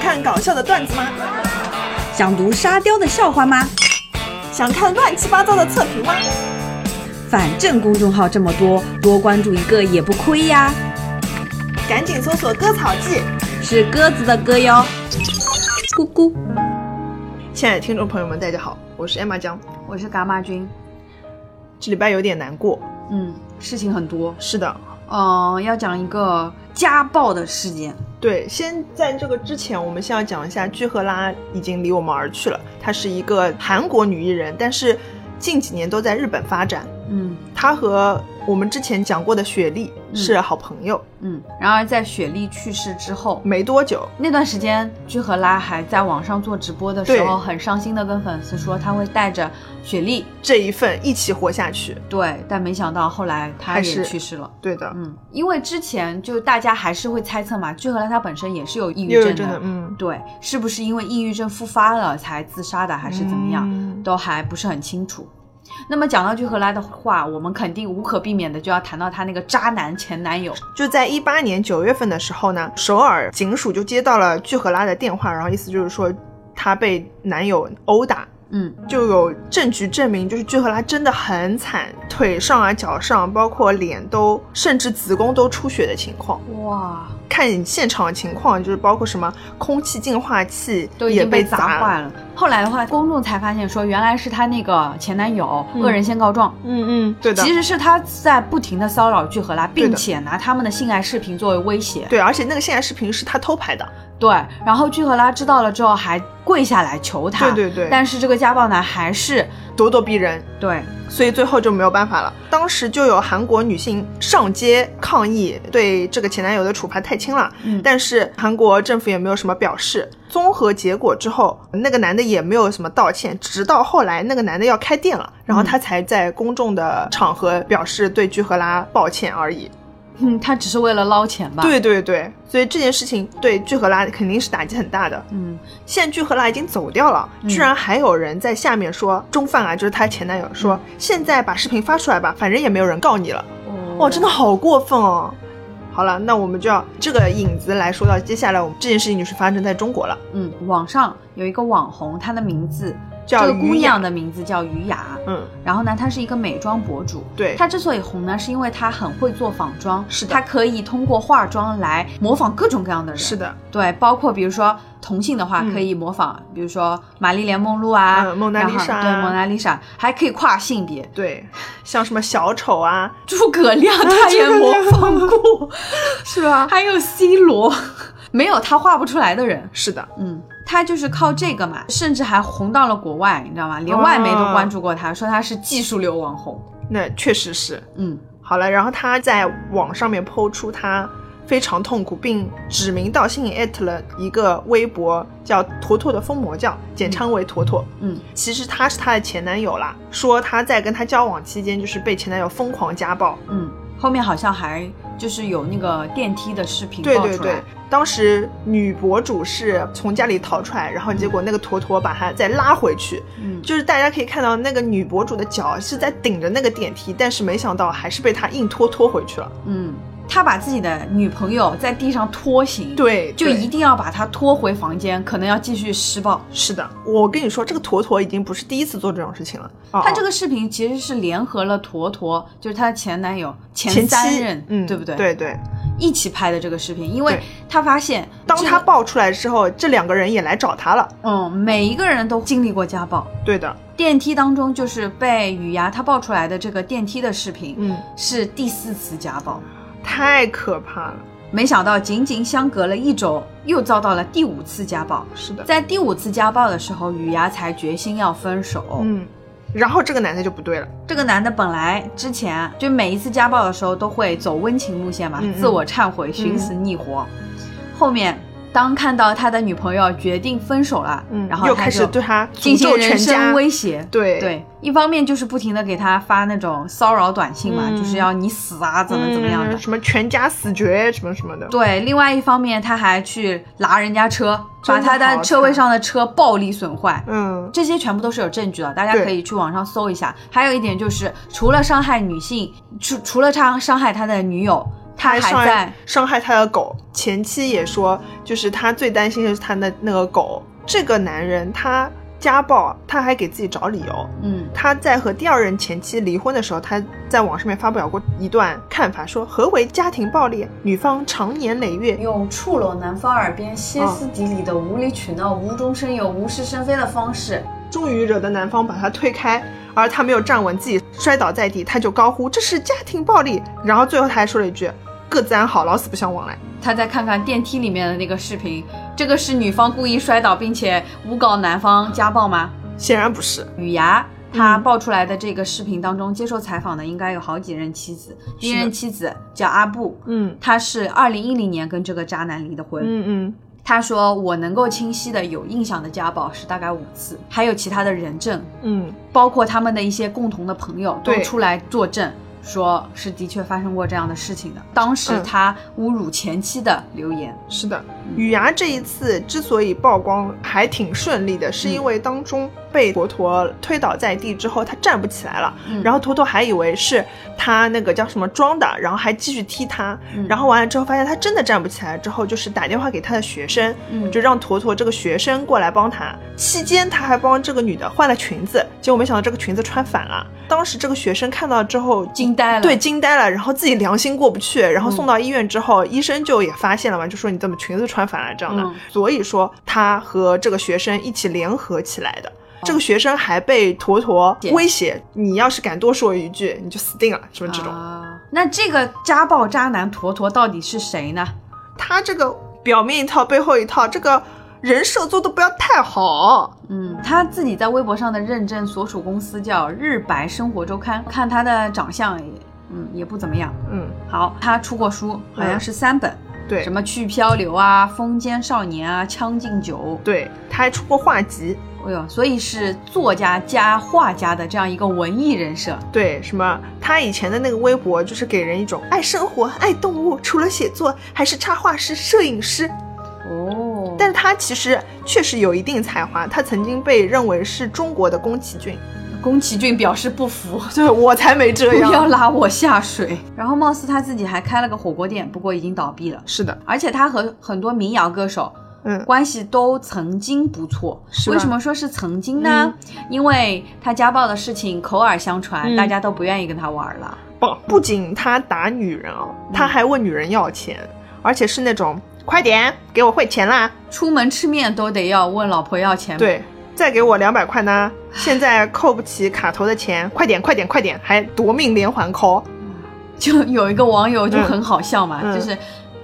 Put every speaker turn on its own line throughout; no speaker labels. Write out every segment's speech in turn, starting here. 看搞笑的段子吗？
想读沙雕的笑话吗？
想看乱七八糟的测评吗？
反正公众号这么多，多关注一个也不亏呀。
赶紧搜索“割草记
是鸽子的歌哟，咕咕。”。
亲爱的听众朋友们，大家好，我是艾玛江。
我是蛤蟆君，
这礼拜有点难过。
嗯，事情很多，
是的，
嗯、要讲一个家暴的事件。
对，先在这个之前，我们先要讲一下具赫拉已经离我们而去了。她是一个韩国女艺人，但是近几年都在日本发展。
嗯
她和我们之前讲过的雪莉是好朋友。
嗯，然而在雪莉去世之后，
没多久，
那段时间，居和拉还在网上做直播的时候，
对
很伤心的跟粉丝说他会带着雪莉，
这一份一起活下去。
对，但没想到后来他
还
也
是
去世了。
对的，
嗯，因为之前就大家还是会猜测嘛，居和拉她本身也是有抑郁
又有
症
真的，嗯，
对，是不是因为抑郁症复发了才自杀的，还是怎么样？
嗯
都还不是很清楚。那么讲到居荷拉的话，我们肯定无可避免的就要谈到她那个渣男前男友。
就在一八年九月份的时候呢，首尔警署就接到了具荷拉的电话，然后意思就是说她被男友殴打，
嗯
就有证据证明，就是具荷拉真的很惨，腿上啊、脚上，包括脸都，甚至子宫都出血的情况。
哇，
看现场的情况，就是包括什么空气净化器
都已
也
经被
砸
砸坏了。后来的话，公众才发现说，原来是她那个前男友、
嗯
恶人先告状。
嗯嗯，对的
其。实是他在不停的骚扰具荷拉，
对的
并且拿他们的性爱视频作为威胁。
对，而且那个性爱视频是他偷拍的，
对，然后具荷拉知道了之后还跪下来求他。
对对对
但是这个家暴男还是
咄咄逼人，
对，
所以最后就没有办法了。当时就有韩国女性上街抗议，对这个前男友的处罚太轻了。
嗯
但是韩国政府也没有什么表示。综合结果之后，那个男的也没有什么道歉，直到后来那个男的要开店了，然后他才在公众的场合表示对居荷拉抱歉而已。
嗯，他只是为了捞钱吧？，
对对对，所以这件事情对居荷拉肯定是打击很大的。
嗯，
现在居荷拉已经走掉了，
嗯
居然还有人在下面说中饭啊，就是她前男友说、现在把视频发出来吧，反正也没有人告你了。哇，哦真的好过分哦！好了，那我们就要这个引子来说到接下来我们这件事情就是发生在中国了，
嗯，网上有一个网红，她的名字，
叫
这个姑
于
娘
洋，
的名字叫于雅。
嗯，
然后呢，她是一个美妆博主。
对，
她之所以红呢，是因为她很会做仿妆，
是的
她可以通过化妆来模仿各种各样的人。
是的，
对，包括比如说同性的话，
嗯
可以模仿，比如说玛丽莲梦露啊，
嗯蒙娜丽莎
然后对，蒙娜丽莎，还可以跨性别，
对，像什么小丑啊，
诸葛亮她也模仿过，
是吧？
还有 C 罗， 没有她画不出来的人。
是的，
嗯，他就是靠这个嘛，甚至还红到了国外，你知道吗？连外媒都关注过
啊
他，说他是技术流网红。
那确实是。
嗯，
好了，然后他在网上面抛出他非常痛苦，并指名道姓艾特了一个微博叫“坨坨的疯魔教”，简称为坨坨。
嗯，
其实他是他的前男友啦，说他在跟他交往期间就是被前男友疯狂家暴。
嗯，后面好像还就是有那个电梯的视频
对
爆
对
出
对
来。，
当时女博主是从家里逃出来，然后结果那个坨坨把她再拉回去，
嗯，
就是大家可以看到那个女博主的脚是在顶着那个电梯，但是没想到还是被他硬拖拖回去了。
嗯，他把自己的女朋友在地上拖行，，
对，
就
对哦
一定要把她拖回房间，可能要继续施暴。
是的，我跟你说，这个坨坨已经不是第一次做这种事情了。哦
他这
哦
个视频其实是联合了坨坨，就是她的前男友前
前
三
妻
任，
嗯，
对不对？，
对对。
一起拍的这个视频，因为
对
他发现
当
这个
他爆出来之后，这两个人也来找他了。
嗯，每一个人都经历过家暴。
对的，
电梯当中就是被雨芽她爆出来的这个电梯的视频，
嗯，
是第四次家暴。
太可怕了。
没想到仅仅相隔了一周，又遭到了第五次家暴。
是的，
在第五次家暴的时候，雨芽才决心要分手。
嗯。然后这个男的就不对了，
这个男的本来之前就每一次家暴的时候都会走温情路线嘛，
嗯嗯
自我忏悔、寻死觅活。后面当看到他的女朋友决定分手了，
嗯，
然后
又
他
开始
就
对他
进
诅
行
咒
人
全家
身，威胁。
对，
对，一方面就是不停的给他发那种骚扰短信嘛，
嗯
就是要你死啊，怎么怎么样的。
嗯什么全家死绝什么什么的，
对，另外一方面他还去拉人家车，
真
把
的
他的
好
车位
惨
上的车暴力损坏。
嗯，
这些全部都是有证据的，大家
对
可以去网上搜一下。还有一点就是，除了伤害女性，除除了伤伤害他的女友，他还
伤
在
害伤害他的狗。前妻也说，就是他最担心的是他的那个狗。这个男人他家暴，他还给自己找理由。
嗯
他在和第二任前妻离婚的时候，他在网上面发表过一段看法，说何为家庭暴力？女方长年累月
用触拢男方耳边、
啊
歇斯底里的无理取闹、无中生有、无事生非的方式，
终于惹得男方把他推开，而他没有站稳，自己摔倒在地，他就高呼这是家庭暴力，然后最后他还说了一句各自安好，老死不相往来。
他再看看电梯里面的那个视频，这个是女方故意摔倒并且诬告男方家暴吗？
显然不是，
雨芽她
嗯
爆出来的这个视频当中，接受采访的应该有好几任妻子，第一
是的
任妻子叫阿布，
嗯
她是二零一零年跟这个渣男离的婚，
嗯嗯，
他说：“我能够清晰的有印象的家暴是大概五次，还有其他的人证，
嗯，
包括他们的一些共同的朋友都
对
出来作证，说是的确发生过这样的事情的。当时
嗯
他侮辱前妻的留言，
是的。雨芽这一次之所以曝光还挺顺利的，是因为当中被坨坨推倒在地之后，他站不起来了。
嗯
然后坨坨还以为是他那个叫什么装的，然后还继续踢他。
嗯
然后完了之后，发现他真的站不起来，之后就是打电话给他的学生，
嗯
就让坨坨这个学生过来帮他。期间他还帮这个女的换了裙子，结果没想到这个裙子穿反了。当时这个学生看到之后
惊呆了，
对，，惊呆了，然后自己良心过不去，然后
嗯
送到医院之后，医生就也发现了嘛，就说你怎么裙子穿反了这样的，
嗯
所以说他和这个学生一起联合起来的。这个学生还被坨坨
哦姐
威胁，你要是敢多说一句，你就死定了，什么这种。
啊。那这个家暴渣男坨坨到底是谁呢？
他这个表面一套，背后一套，这个人设做的不要太好。
嗯，他自己在微博上的认证所属公司叫日白生活周刊，看他的长相也，嗯，也不怎么样。
嗯，
好，他出过书，好像是三本。
对
什，么去漂流啊、风间少年啊、将进酒，
对他还出过画集，
哎呦，所以是作家加画家的这样一个文艺人设。
对，什么他以前的那个微博，就是给人一种爱生活、爱动物，除了写作还是插画师、摄影师。
哦
但是他其实确实有一定才华，他曾经被认为是中国的宫崎骏。
宫崎骏表示不服，
对啊我才没
不
这
要
样。
拉我下水。然后貌似他自己还开了个火锅店，不过已经倒闭了。
是的，
而且他和很多民谣歌手
嗯，
关系都曾经不错。
是吧
为什么说是曾经呢？因为他家暴的事情口耳相传，
嗯
大家都不愿意跟他玩了。
不不仅他打女人哦，他还问女人要钱，而且是那种快点给我汇钱啦，
出门吃面都得要问老婆要钱，
对，再给我两百块呢，现在扣不起卡头的钱，快点快点快点，还夺命连环 call。
就有一个网友就很好笑嘛，
嗯嗯
就是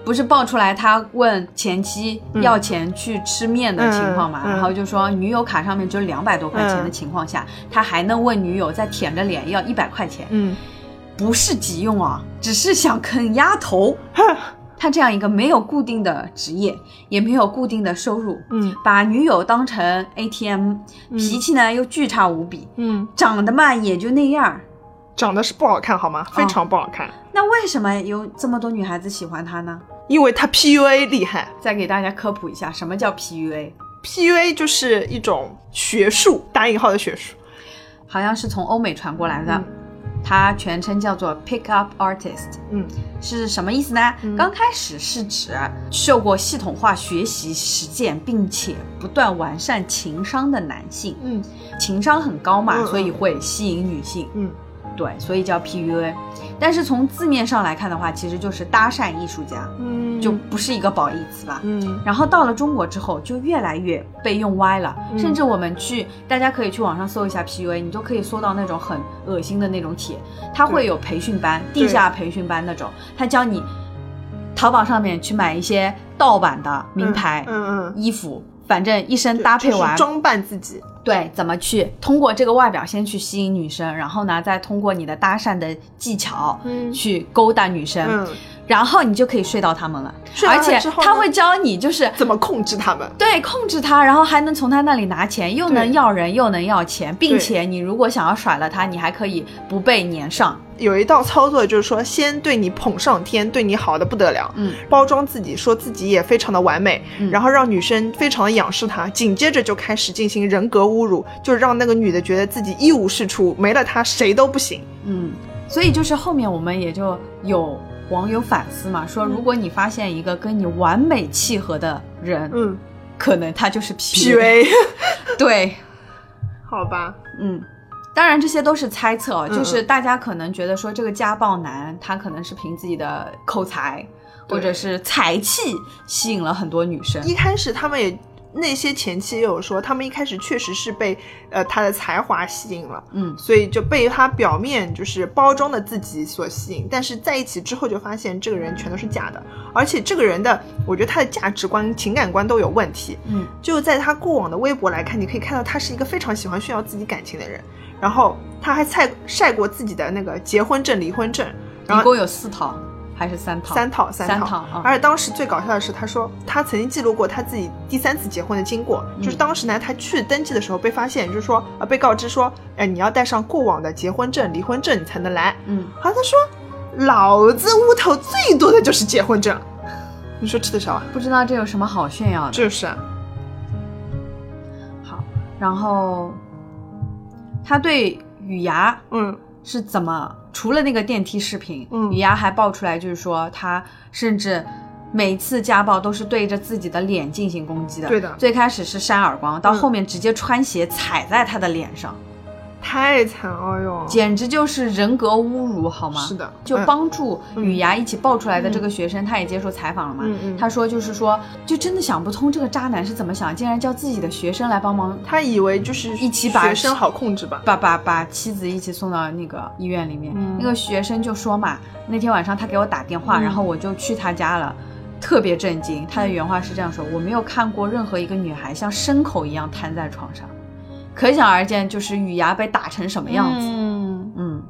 不是爆出来他问前妻要钱去吃面的情况嘛，
嗯嗯
然后就说女友卡上面只有两百多块钱的情况下，他还能问女友再舔着脸要一百块钱，
嗯，
不是急用啊，只是想啃鸭头。他这样一个没有固定的职业，也没有固定的收入，
嗯
把女友当成 ATM，、
嗯
脾气呢又巨差无比，
嗯，
长得嘛也就那样儿，
长得是不好看好
啊
吗？非常不好看，
那为什么有这么多女孩子喜欢他呢？
因为他 PUA 厉害
再给大家科普一下，什么叫 PUA？
，PUA 就是一种学术，打引号的学术。
好像是从欧美传过来的，
嗯
它全称叫做 Pick Up Artist，
嗯
是什么意思呢？
嗯
刚开始是指受过系统化学习、实践，并且不断完善情商的男性，
嗯
情商很高嘛，
嗯嗯
所以会吸引女性，
嗯，
对，所以叫 PUA。但是从字面上来看的话，其实就是搭讪艺术家，
嗯
就不是一个褒义词吧？
嗯
然后到了中国之后，就越来越被用歪了，
嗯
甚至我们去，大家可以去网上搜一下 PUA，你都可以搜到那种很恶心的那种帖，它会有培训班，
对
地下培训班那种，它教你淘宝上面去买一些盗版的名牌、
嗯嗯，
衣服，反正一身搭配
就是
完，
装扮自己，
对，怎么去通过这个外表先去吸引女生，然后呢，再通过你的搭讪的技巧。
嗯
去勾搭女生，
嗯，
然后你就可以睡到她们了，
睡到
而
她
且
之后呢
他会教你就是
怎么控制他们？
对，控制他，然后还能从他那里拿钱，又能
对
要人，又能要钱，并
对
且你如果想要甩了他，你还可以不被粘上。
有一道操作就是说，先对你捧上天，对你好的不得了，
嗯，
包装自己，说自己也非常的完美，
嗯
然后让女生非常的仰视他，紧接着就开始进行人格侮辱，就是让那个女的觉得自己一无是处，没了他谁都不行。
嗯，所以就是后面我们也就有网友反思嘛，
嗯
说如果你发现一个跟你完美契合的人，
嗯
可能他就是
，PUA，
对，
好吧，
嗯，当然这些都是猜测哦，
嗯
就是大家可能觉得说这个家暴男他可能是凭自己的口才
对
或者是才气吸引了很多女生，
一开始他们也那些前期也有说，他们一开始确实是被呃他的才华吸引了，
嗯，
所以就被他表面就是包装的自己所吸引，但是在一起之后就发现这个人全都是假的，而且这个人的我觉得他的价值观、情感观都有问题。
嗯，
就在他过往的微博来看，你可以看到他是一个非常喜欢炫耀自己感情的人，然后他还晒晒过自己的那个结婚证、离婚证，然
一
后
共有四套还是三套？
三套三
三
套。
套啊，
而且当时最搞笑的是，他说他曾经记录过他自己第三次结婚的经过，
嗯
就是当时呢，他去登记的时候被发现，就是说呃被告知说，呃你要带上过往的结婚证、离婚证你才能来。
嗯，
然后他说，老子屋头最多的就是结婚证， 你说吃得消啊？
不知道这有什么好炫耀的。
就是啊，
好，然后他对雨芽
嗯
是怎么？除了那个电梯视频，
嗯
雨芽还爆出来，就是说他甚至每次家暴都是对着自己的脸进行攻击的。
对的
最开始是扇耳光，到
嗯哦
后面直接穿鞋踩在他的脸上，
太惨了哟。
简直就是人格侮辱，好吗？
是的，
就
嗯
帮助雨芽一起爆出来的这个学生，他也接受采访了嘛？
嗯嗯，
他
他
说就是说，就真的想不通这个渣男是怎么想，竟然叫自己的学生来帮忙
他以为就是
一起把
学生好控制吧？
把把把妻子一起送到那个医院里面。
嗯
那个学生就说嘛，那天晚上他给我打电话，
嗯
然后我就去他家了。特别震惊，他的原话是这样说：“我没有看过任何一个女孩像牲口一样瘫在床上，可想而知，就是雨芽被打成什么样子。
嗯，
嗯”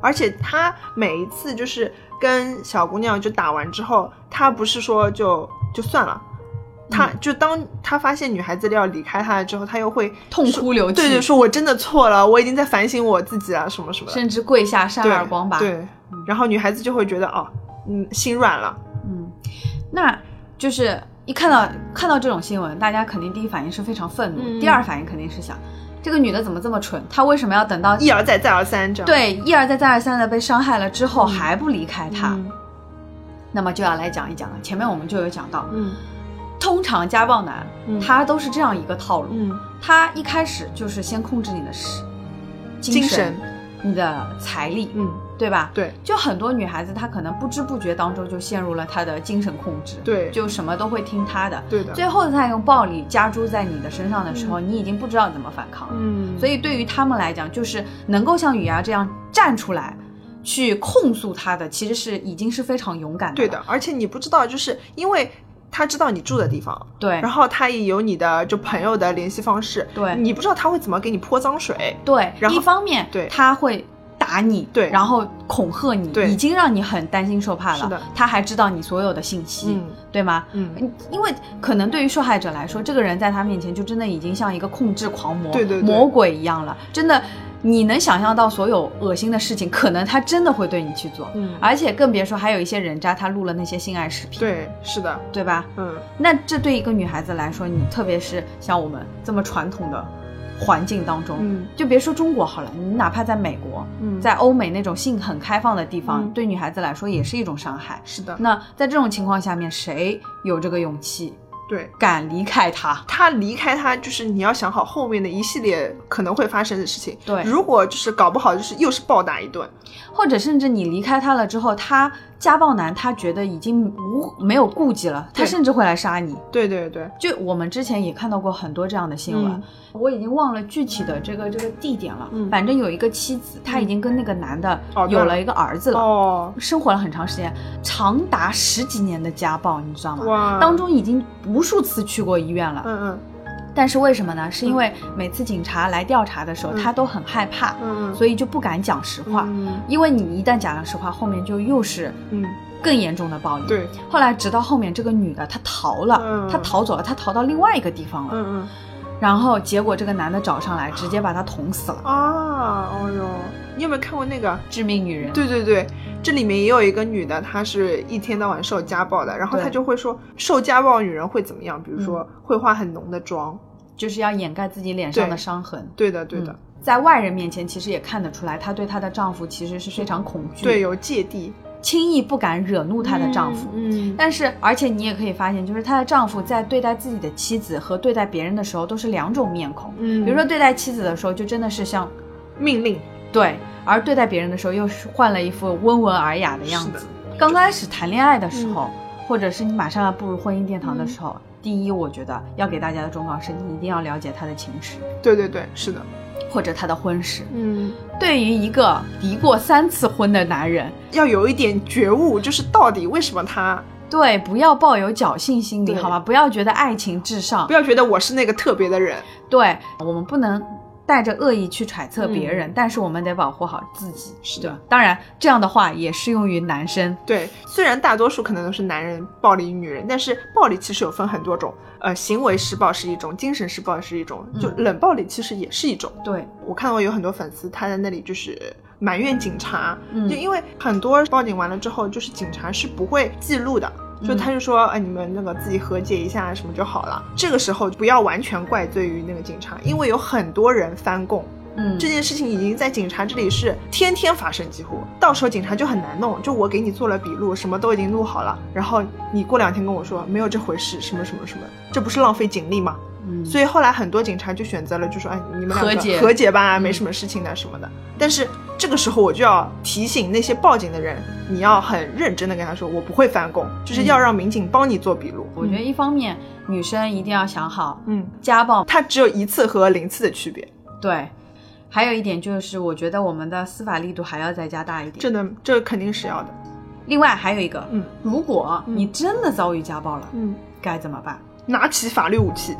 而且他每一次就是跟小姑娘就打完之后，他不是说就就算了，
嗯
他、就当他发现女孩子要离开他了之后，他又会
痛哭流涕，
对对说：“我真的错了，我已经在反省我自己了，什么什么的。
甚至跪下扇
对”
耳光吧。
对，然后女孩子就会觉得哦，嗯，心软了。
嗯，那就是一看到看到这种新闻，大家肯定第一反应是非常愤怒，
嗯
第二反应肯定是想，这个女的怎么这么蠢？她为什么要等到
一而再，再而三，这样
对一而再再而三的被伤害了之后
嗯
还不离开她？
嗯
那么就要来讲一讲了。前面我们就有讲到，
嗯
通常家暴男、
嗯
他都是这样一个套路，
嗯
他一开始就是先控制你的是
精神
你的财力，
嗯，
对吧？
对
就很多女孩子，她可能不知不觉当中就陷入了她的精神控制，
对
就什么都会听她的。
对的，
最后她用暴力加诸在你的身上的时候，你已经不知道怎么反抗了。
嗯，
所以对于他们来讲，就是能够像雨芽这样站出来去控诉他的，其实是已经是非常勇敢的。
对的，，而且你不知道，就是因为他知道你住的地方，
对
然后他也有你的就朋友的联系方式，
对
你不知道他会怎么给你泼脏水，
对。
然后
一方面，
对
他会。打你，
对
然后恐吓你，
对
已经让你很担心受怕
是
了
的。
他还知道你所有的信息，
嗯
对吗？
嗯，
嗯因为可能对于受害者来说，这个人在他面前就真的已经像一个控制狂魔、
对对对
魔鬼一样了。真的，你能想象到所有恶心的事情，可能他真的会对你去做。
嗯
而且更别说还有一些人渣，他录了那些性爱视频，
对，是的，
对吧？
嗯，
那这对一个女孩子来说，你特别是像我们这么传统的环境当中，
嗯
就别说中国好了，你哪怕在美国，
嗯，
在欧美那种性很开放的地方，
嗯
对女孩子来说也是一种伤害。
是的，
那在这种情况下面，谁有这个勇气
对。
敢离开他？
他离开他，就是你要想好后面的一系列可能会发生的事情。
对
如果就是搞不好，就是又是暴打一顿。
或者甚至你离开他了之后，他家暴男他觉得已经无没有顾忌了，他
对
甚至会来杀你。
对对对，
就我们之前也看到过很多这样的新闻，
嗯
我已经忘了具体的这个这个地点了。
嗯
反正有一个妻子，她已经跟那个男的
哦对
有
了
了一个儿子了，
哦，
生活了很长时间，长达十几年的家暴，你知道吗？
哇，
当中已经无数次去过医院了，
嗯
但是为什么呢？是因为每次警察来调查的时候，
嗯
他都很害怕，
嗯嗯嗯，
所以就不敢讲实话。
嗯
因为你一旦讲了实话，后面就又是
嗯，
更严重的暴力。，
对，
后来直到后面这个女的她逃了，
嗯
她逃走了，她逃到另外一个地方了，
嗯
然后结果这个男的找上来，直接把她捅死了
嗯，啊，哦哟，你有没有看过那个
致命女人。
对对对，这里面也有一个女的，她是一天到晚受家暴的，然后
对嗯
她就会说受家暴女人会怎么样？比如说会化很浓的妆。
就是要掩盖自己脸上
对
的伤痕。
对的对的，
嗯在外人面前，其实也看得出来，她对她的丈夫其实是非常恐惧。
对有芥蒂。
轻易不敢惹怒她的丈夫。
嗯，
但是，而且你也可以发现，就是她的丈夫在对待自己的妻子和对待别人的时候都是两种面孔。
嗯
比如说对待妻子的时候，就真的是像
命令
对，而对待别人的时候又是换了一副温文尔雅的样
是的
子。刚开始谈恋爱的
嗯
时候，或者是你马上要步入婚姻殿堂的时候，第一，我觉得要给大家的忠告是，你一定要了解他的情史
对对对，是的，
或者他的婚史。
嗯，
对于一个离过三次婚的男人，
要有一点觉悟，就是到底为什么他
对，不要抱有侥幸心理，
对
好吗？不要觉得爱情至上
不。要觉得我是那个特别的人，
对，我们不能带着恶意去揣测别人，
嗯
但是我们得保护好自己。
是
对吧，当然这样的话也适用于男生。
对，虽然大多数可能都是男人暴力女人，但是暴力其实有分很多种，呃，行为施暴是一种，精神施暴是一种，就
嗯
冷暴力其实也是一种。
对，
我看到有很多粉丝他在那里就是埋怨警察，
嗯
就因为很多报警完了之后，就是警察是不会记录的。就
嗯
他就说，哎，你们那个自己和解一下什么就好了。这个时候不要完全怪罪于那个警察，因为有很多人翻供，
嗯，
这件事情已经在警察这里是天天发生，几乎到时候警察就很难弄。就我给你做了笔录，什么都已经录好了，然后你过两天跟我说没有这回事，什么什么什么，这不是浪费警力吗？
嗯
所以后来很多警察就选择了，就说哎，你们两个
和解
和解吧，
嗯
没什么事情的什么的。但是这个时候我就要提醒那些报警的人，你要很认真的跟他说，我不会翻供，就是要让民警帮你做笔录。
我觉得一方面，女生一定要想好
嗯，
家暴，
它只有一次和零次的区别，
对。还有一点就是，我觉得我们的司法力度还要再加大一点。
真的，这肯定是要的。
另外还有一个，
嗯
如果
嗯
你真的遭遇家暴了，
嗯，
该怎么办？
拿起法律武器。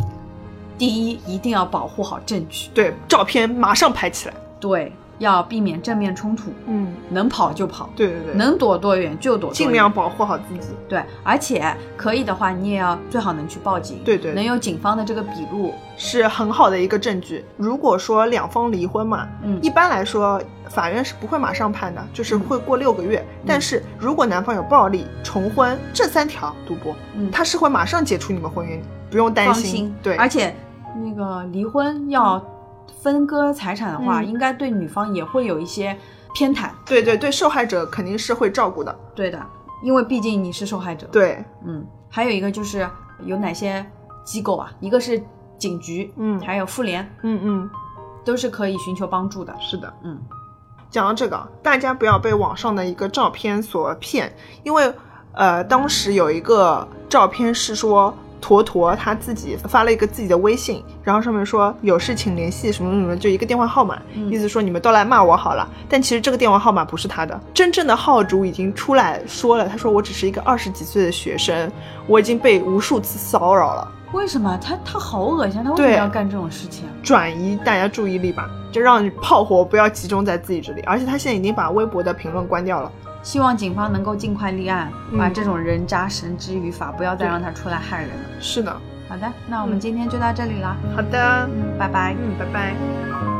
第一，一定要保护好证据，
对，照片马上拍起来。
对，要避免正面冲突，
嗯，
能跑就跑，
对对对，
能躲多远就躲多远，
尽量保护好自己。
对，而且可以的话，你也要最好能去报警，
对对对
能有警方的这个笔录，
是很好的一个证据。如果说两方离婚嘛，
嗯
一般来说法院是不会马上判的，就是会过六个月。
嗯
但是如果男方有暴力、重婚这三条赌博，
嗯，
他是会马上解除你们婚约，不用担
放
心。
心，
对，
而且那个离婚要分割财产的话，
嗯
应该对女方也会有一些偏袒，
对对对，受害者肯定是会照顾的。
对的，因为毕竟你是受害者，，
对，
嗯，还有一个就是有哪些机构啊，一个是警局，
嗯
还有妇联，
嗯嗯，
都是可以寻求帮助的，
是的。
嗯，
讲到这个，大家不要被网上的一个照片所骗，因为呃，当时有一个照片是说坨坨他自己发了一个自己的微信，然后上面说有事请联系什么什么，就一个电话号码，
嗯
意思说你们都来骂我好了。但其实这个电话号码不是他的，真正的号主已经出来说了，他说我只是一个二十几岁的学生，我已经被无数次骚扰了。
嗯为什么他他好恶心，他为什么
对
要干这种事情啊？
转移大家注意力吧，就让炮火不要集中在自己这里。而且他现在已经把微博的评论关掉了。
希望警方能够尽快立案，
嗯
把这种人渣绳之于法，不要再让他出来害人了。
是的，嗯
好的，那我们今天就到这里了，
好的，
嗯，拜拜。
嗯，拜拜。